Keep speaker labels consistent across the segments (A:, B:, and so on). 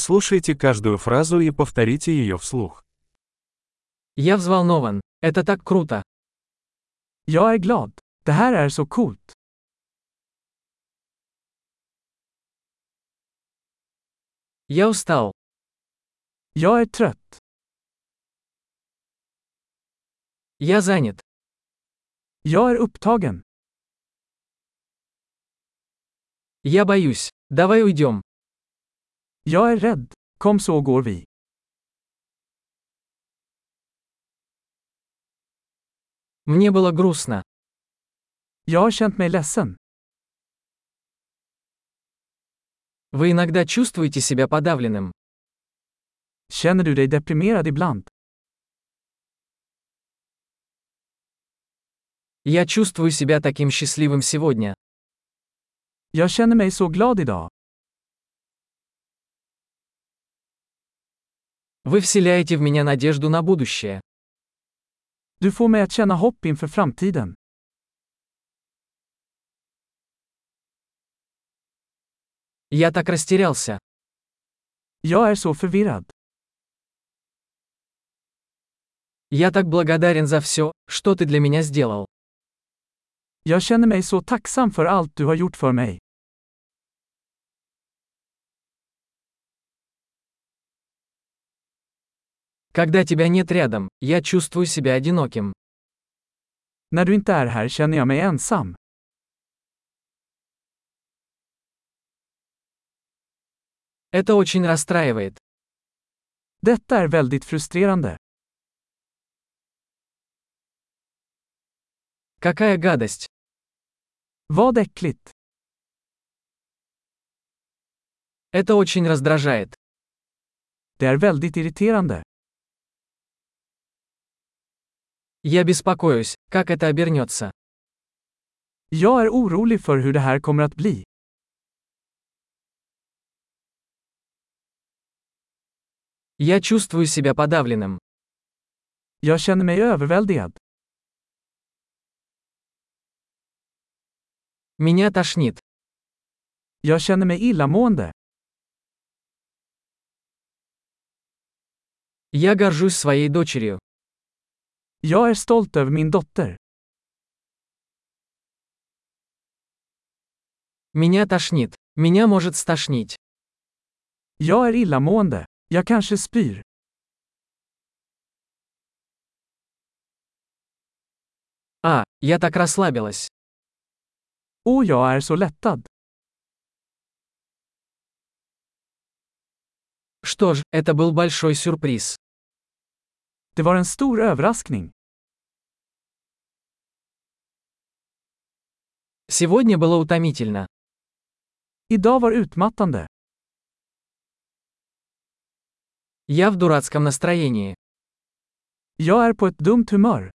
A: Прослушайте каждую фразу и повторите ее вслух.
B: Я взволнован. Это так круто. Jag är glad. Det här är så coolt. Я устал. Jag är trött. Я занят. Jag är upptagen. Я боюсь. Давай уйдем. Jag är rädd. Kom så går vi. Мне было грустно. Я har känt mig ledsen. Вы иногда чувствуете себя подавленным. Känner du dig deprimerad ibland? Я чувствую себя таким счастливым сегодня. Я känner mig så glad idag. Вы вселяете в меня надежду на будущее. Du får mig att känna hopp inför framtiden. Я так растерялся. Jag är så förvirrad. Я так благодарен за все, что ты для меня сделал. Jag känner mig så tacksam för allt du har gjort för mig. Когда тебя нет рядом, я чувствую себя одиноким. När du inte är här känner jag mig ensam. Это очень расстраивает. Detta är väldigt frustrerande. Какая гадость. Vad äckligt. Это очень раздражает. Det är väldigt irriterande. Я беспокоюсь, как это обернется. Jag är orolig för hur det här kommer att bli. Я чувствую себя подавленным. Jag känner mig överväldigad. Меня тошнит. Jag känner mig illamående. Я горжусь своей дочерью. Jag är stolt över min dotter. Меня тошнит. Меня может стошнить. Jag är illamående. Jag kanske spyr. А, я так расслабилась. О, jag är så lättad. Что ж, это был большой сюрприз. Det var en stor överraskning. Сегодня было утомительно. Idag var utmattande. Я в дурацком настроении. Jag är på ett dumt humör.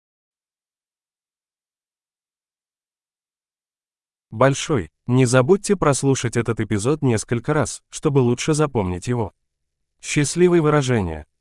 A: Большой. Не забудьте прослушать этот эпизод несколько раз, чтобы лучше запомнить его. Счастливые выражения.